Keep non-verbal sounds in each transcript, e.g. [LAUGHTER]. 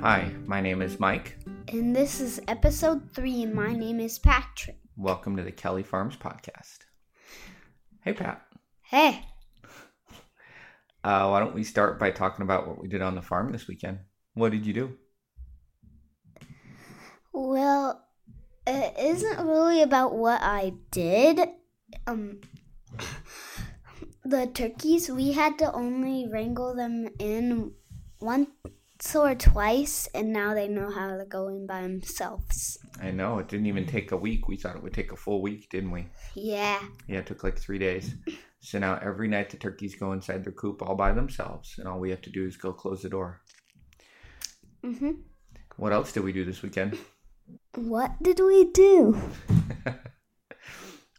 Hi, my name is Mike. And this is episode three, and my name is Patrick. Welcome to the Kelly Farms podcast. Hey, Pat. Hey, Uh, why don't we start by talking about what we did on the farm this weekend? What did you do? well, it isn't really about what I did. Um, the turkeys, we had to only wrangle them in once or twice, and now they know how to go in by themselves. I know it didn't even take a week. We thought it would take a full week, didn't we? Yeah, Yeah, it took like three days. So now every night the turkeys go inside their coop all by themselves, and all we have to do is go close the door. hmm What else did we do this weekend? What did we do?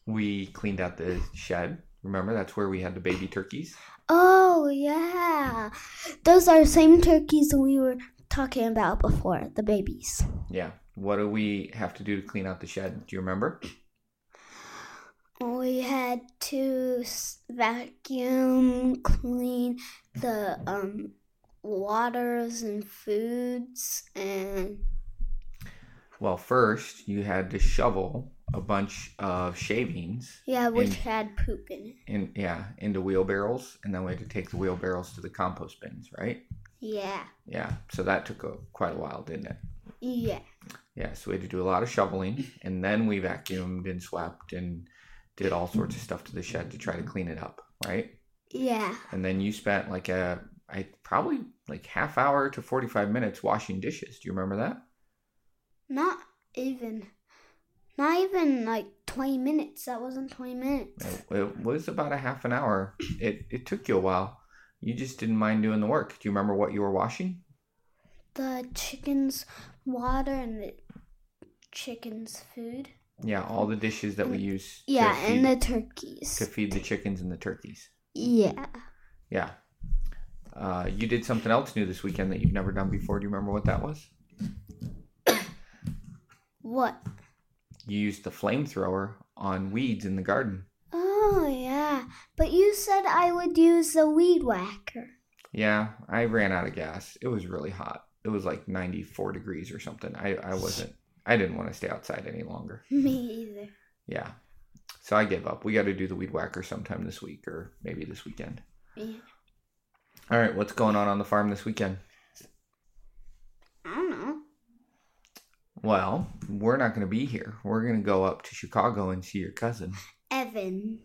We cleaned out the shed. Remember, that's where we had the baby turkeys. Oh, yeah. Those are same turkeys we were talking about before, the babies. Yeah. What do we have to do to clean out the shed? Do you remember? We had to s- vacuum clean the um waters and foods and Well, first you had to shovel a bunch of shavings yeah, which And- had poop in it. in yeah into wheelbarrows, and then we had to take the wheelbarrows to the compost bins, right? Yeah, Yeah. So that took a, quite a while, didn't it? yeah, Yeah. So we had to do a lot of shoveling, and then we vacuumed and swept and did all sorts of stuff to the shed to try to clean it up, right? yeah, And then you spent like a I probably like half hour to forty five minutes washing dishes. Do you remember that? not even, not even like twenty minutes. That wasn't twenty minutes. It, it was about a half an hour. It it took you a while. You just didn't mind doing the work. Do you remember what you were washing? The chickens' water and the chickens' food. Yeah, all the dishes that we use. Mm, Yeah, to feed, and the to turkeys. feed the chickens and the turkeys. Yeah. Yeah. Uh, you did something else new this weekend that you've never done before. Do you remember what that was? What? You used the flamethrower on weeds in the garden. Oh, yeah. But you said I would use the weed whacker. [LAUGHS] Yeah, I ran out of gas. It was really hot. It was like 94 degrees or something. I, I wasn't, I didn't want to stay outside any longer. Me either. Yeah. So I gave up. We got to do the weed whacker sometime this week or maybe this weekend. Yeah. All right, what's going on on the farm this weekend? I don't know. Well, we're not going to be here. We're going to go up to Chicago and see your cousin. [LAUGHS] Evan.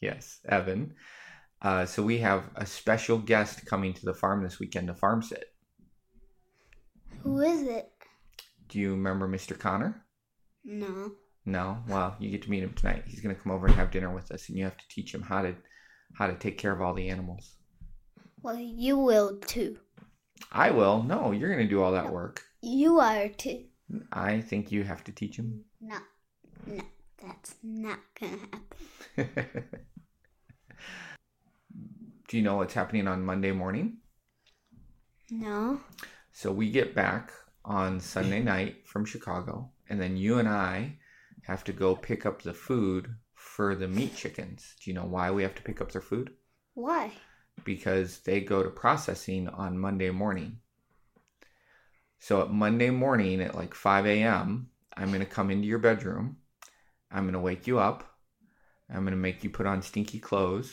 yes, Evan. Uh, so we have a special guest coming to the farm this weekend to farm sit. Who is it? Do you remember Mr. Connor? No. No. Well, you get to meet him tonight. He's going to come over and have dinner with us, and you have to teach him how to how to take care of all the animals. Well, you will too. I will. No, you're going to do all that work. You are too. I think you have to teach him. No. No. That's not gonna happen. [LAUGHS] do you know what's happening on Monday morning? No. So we get back on Sunday night from Chicago, and then you and I have to go pick up the food for the meat chickens. Do you know why we have to pick up their food? Why? Because they go to processing on Monday morning. So at Monday morning at like 5 a.m., I'm going to come into your bedroom. I'm going to wake you up. I'm going to make you put on stinky clothes.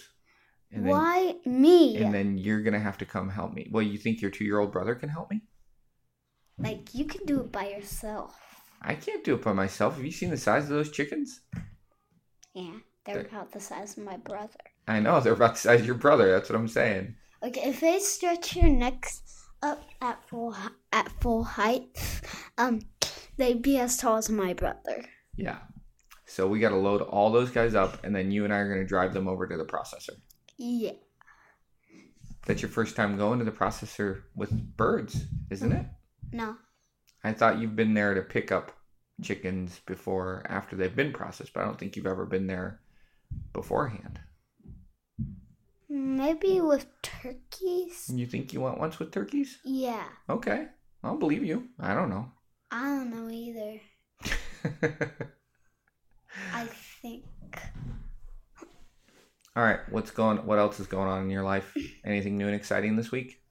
And then, Why me? And then you're going to have to come help me. Well, you think your two year old brother can help me? like, you can do it by yourself. I can't do it by myself. Have you seen the size of those chickens? Yeah. They're There- about the size of my brother. I know [LAUGHS] they're about the size of your brother. That's what I'm saying. Okay, if I stretch your neck up at full h- at full height, um, they'd be as tall as my brother. Yeah. So we got to load all those guys up, and then you and I are going to drive them over to the processor. Yeah, That's your first time going to the processor with birds, isn't it? no, I thought you've been there to pick up chickens before, after they've been processed, but I don't think you've ever been there beforehand. maybe with turkeys. You think you went once with turkeys? Yeah, Okay. I'll believe you. I don't know. I don't know either. [LAUGHS] I think All right, what's going? What else is going on in your life? Anything new and exciting this week?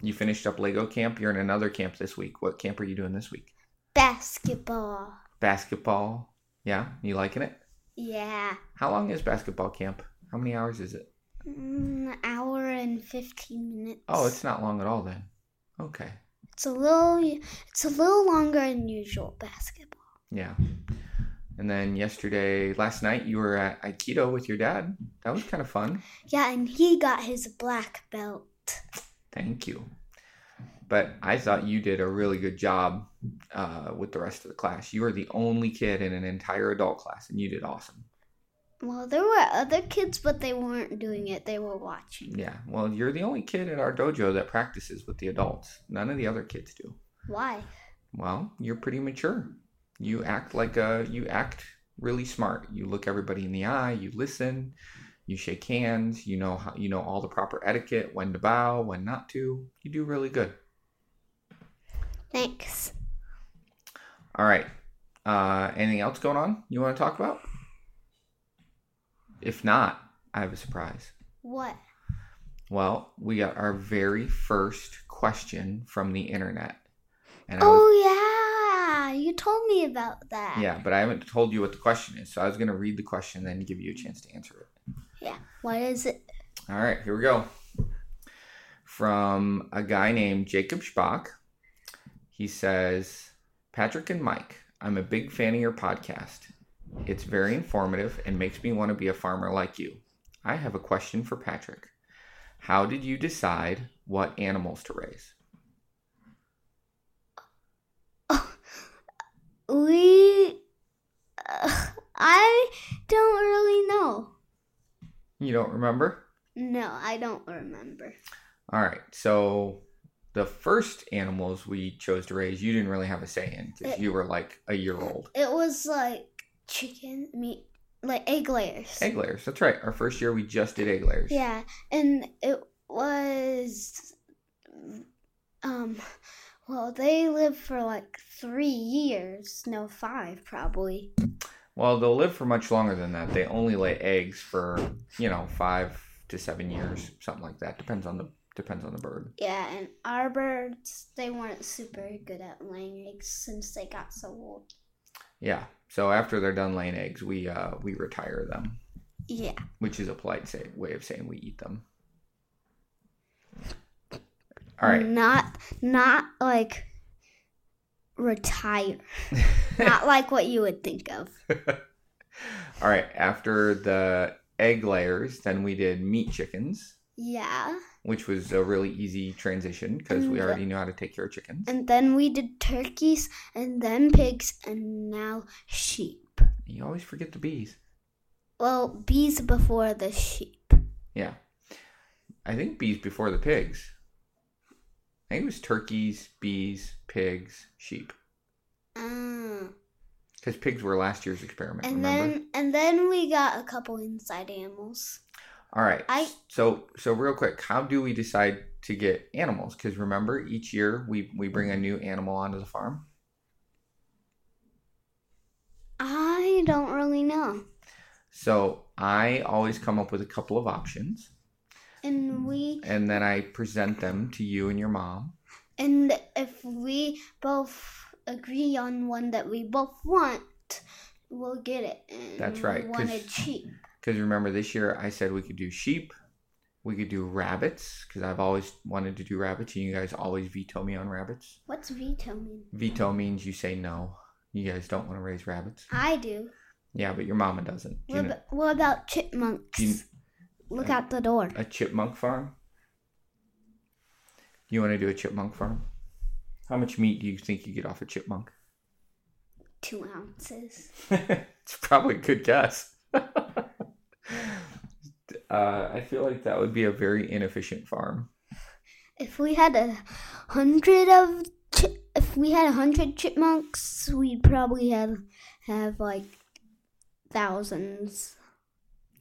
You finished up Lego camp. You're in another camp this week. What camp are you doing this week? Basketball. Basketball. Yeah, you liking it? Yeah. How long is basketball camp? How many hours is it? Mm, hour and 15 minutes. Oh, it's not long at all then. Okay. It's a little it's a little longer than usual basketball. Yeah. And then yesterday, last night, you were at Aikido with your dad. That was kind of fun. Yeah, and he got his black belt. Thank you. But I thought you did a really good job uh, with the rest of the class. You were the only kid in an entire adult class, and you did awesome. Well, there were other kids, but they weren't doing it. They were watching. Yeah. Well, you're the only kid at our dojo that practices with the adults. None of the other kids do. Why? Well, you're pretty mature. You act like a you act really smart. You look everybody in the eye. You listen. You shake hands. You know how you know all the proper etiquette. When to bow. When not to. You do really good. Thanks. All right. Uh, anything else going on you want to talk about? If not, I have a surprise. What? Well, we got our very first question from the internet. And I was, Oh yeah, you told me about that. yeah, but I haven't told you what the question is. So I was going to read the question then give you a chance to answer it. What is it? All right, here we go. From a guy named Jacob Spock. He says, Patrick and Mike, I'm a big fan of your podcast. It's very informative and makes me want to be a farmer like you. I have a question for Patrick. How did you decide what animals to raise? We. Uh, I don't really know. You don't remember? No, I don't remember. All right. So the first animals we chose to raise, you didn't really have a say in because you were like a year old. It was like chicken meat, like egg layers. Egg layers. That's right. Our first year, we just did egg layers. Yeah, and it was. Um, well, they lived for like three years. No, five probably. Well, they'll live for much longer than that. They only lay eggs for you know five to seven years, something like that. Depends on the depends on the bird. Yeah, and our birds, they weren't super good at laying eggs since they got so old. Yeah. So after they're done laying eggs, we uh, we retire them, Yeah. which is a polite say, way of saying we eat them. All right. [LAUGHS] Not not like [LAUGHS] retire. not like what you would think of. All right, after the egg layers, then we did meat chickens, Yeah. which was a really easy transition because we already knew how to take care of chickens. And then we did turkeys and then pigs and now sheep. You always forget the bees. Well, bees before the sheep. Yeah. I think bees before the pigs. I think it was turkeys, bees, pigs, sheep. Ah. Because pigs were last year's experiment, And remember? then and then we got a couple inside animals. All right. I- so so real quick, how do we decide to get animals? Because remember, each year we we bring a new animal onto the farm. I don't really know. So I always come up with a couple of options. And we and then I present them to you and your mom. And if we both agree on one that we both want, we'll get it. And That's right, We want 'cause- to cheat. Because remember, this year I said we could do sheep, we could do rabbits, because I've always wanted to do rabbits, and you guys always veto me on rabbits. What's veto mean? Veto means you say no. You guys don't want to raise rabbits. I do. Yeah, but your mama doesn't. Do you What, know- about, what about chipmunks? do you- uh, Look out the door. a chipmunk farm? You want to do a chipmunk farm? How much meat do you think you get off a chipmunk? Two ounces. it's probably a good guess. [LAUGHS] uh, I feel like that would be a very inefficient farm. If we had a hundred of chi- if we had a hundred chipmunks, we'd probably have have like thousands.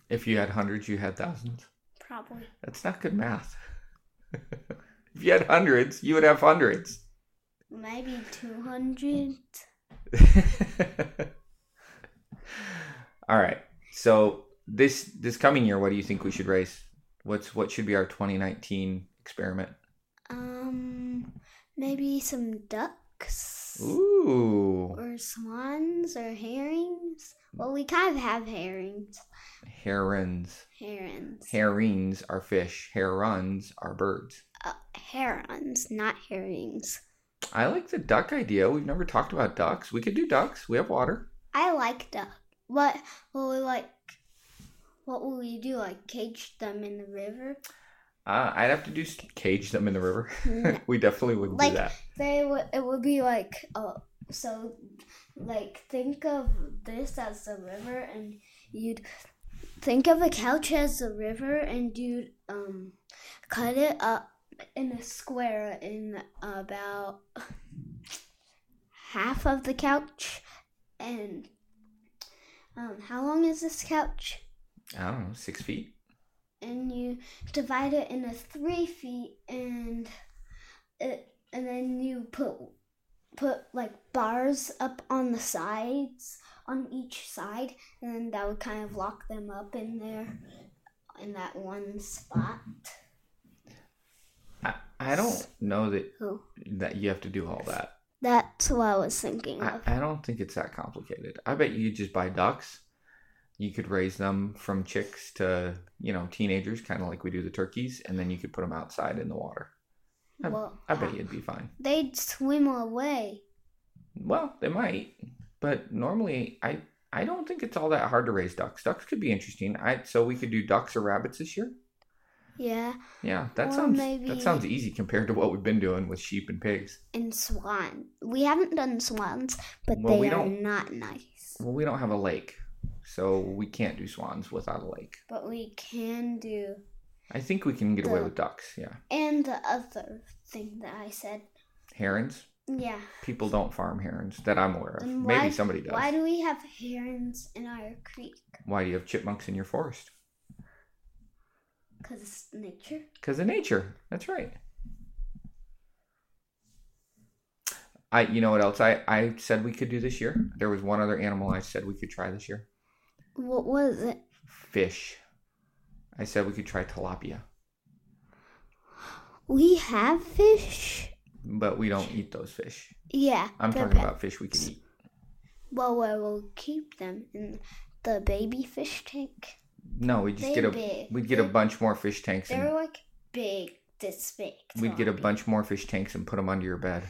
If you had hundreds, you had thousands. Probably. That's not good math. [LAUGHS] if you had hundreds, you would have hundreds. Maybe two hundred. [LAUGHS] All right. So this this coming year, what do you think we should raise? What's what should be our 2019 experiment? Um. Maybe some ducks Ooh, or swans or herrings. Well, we kind of have herrings. herons. Herons. Herrings are fish. Herons are birds. uh, herons, not herrings. I like the duck idea. We've never talked about ducks. We could do ducks. We have water. I like duck. What will we like? What will we do? Like cage them in the river? Uh, I'd have to do s- cage them in the river. [LAUGHS] No. we definitely wouldn't Like- do that. they would. It would be like oh, so like think of this as the river, and you'd think of a couch as the river, and you'd um cut it up in a square in about half of the couch, and um, how long is this couch? I don't know, six feet. and you divide it into three feet and it, and then you put put like bars up on the sides on each side and then that would kind of lock them up in there in that one spot I, I don't know that oh that you have to do all that. that's what i was thinking I, of I don't think it's that complicated. I bet you just buy ducks. You could raise them from chicks to you know teenagers, kind of like we do the turkeys, and then you could put them outside in the water. I- well uh, I bet you'd be fine. they'd swim away Well, they might, but normally I I don't think it's all that hard to raise ducks. Ducks could be interesting. I so we could do ducks or rabbits this year. yeah Yeah, that Or sounds maybe- that sounds easy compared to what we've been doing with sheep and pigs. and swan we haven't done swans but Well, we they are don't- not nice Well, we don't have a lake, so we can't do swans without a lake. but we can do I think we can get away The- with ducks. Yeah, And the other thing that I said. herons. Yeah. People don't farm herons that I'm aware of. Then Maybe why- somebody does. Why do we have herons in our creek? Why do you have chipmunks in your forest? Because it's nature. Because of nature. That's right. I, you know what else I, I said we could do this year? There was one other animal I said we could try this year. What was it? Fish. I said we could try tilapia, We have fish. but we don't eat those fish. Yeah. I'm the talking ba- about fish we can eat. Well, where we'll keep them in the baby fish tank. No, we just They get a big. we'd get a bunch more fish tanks They're and like big, this big. we'd get a tilapia. bunch more fish tanks and put them under your bed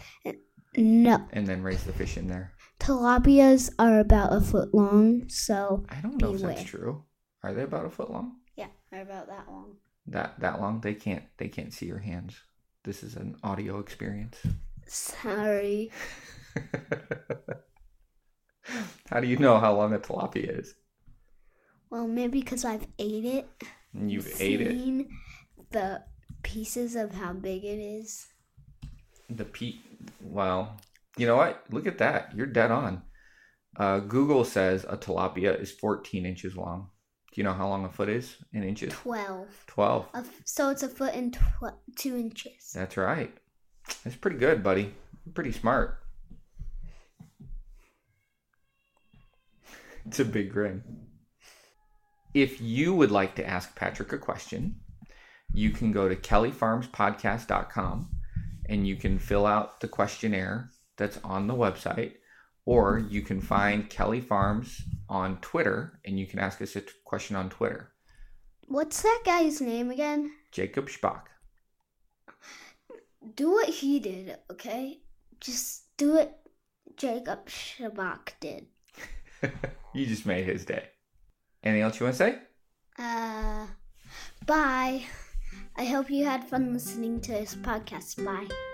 No, and then raise the fish in there. tilapias are about a foot long, so I don't know if Beware. that's true. Are they about a foot long? yeah, are about that long. That that long? They can't they can't see your hands. This is an audio experience. Sorry. how do you know how long a tilapia is? Well, maybe because I've ate it. You've ate it. seen The pieces of how big it is. The pe Well, you know what? Look at that. You're dead on. Uh, Google says a tilapia is 14 inches long. Do you know how long a foot is in inches? Twelve. 12. A f- So it's a foot and tw- two inches. That's right. That's pretty good, buddy. You're pretty smart. [LAUGHS] It's a big grin. If you would like to ask Patrick a question, you can go to kellyfarmspodcast.com and you can fill out the questionnaire that's on the website, or you can find Kelly Farms on Twitter and you can ask us a t- question on Twitter. What's that guy's name again? Jacob Spock. [LAUGHS] Do what he did, okay? Just do it. Jacob Shabak did. you just made his day. Anything else you want to say? Uh, bye. I hope you had fun listening to this podcast. Bye.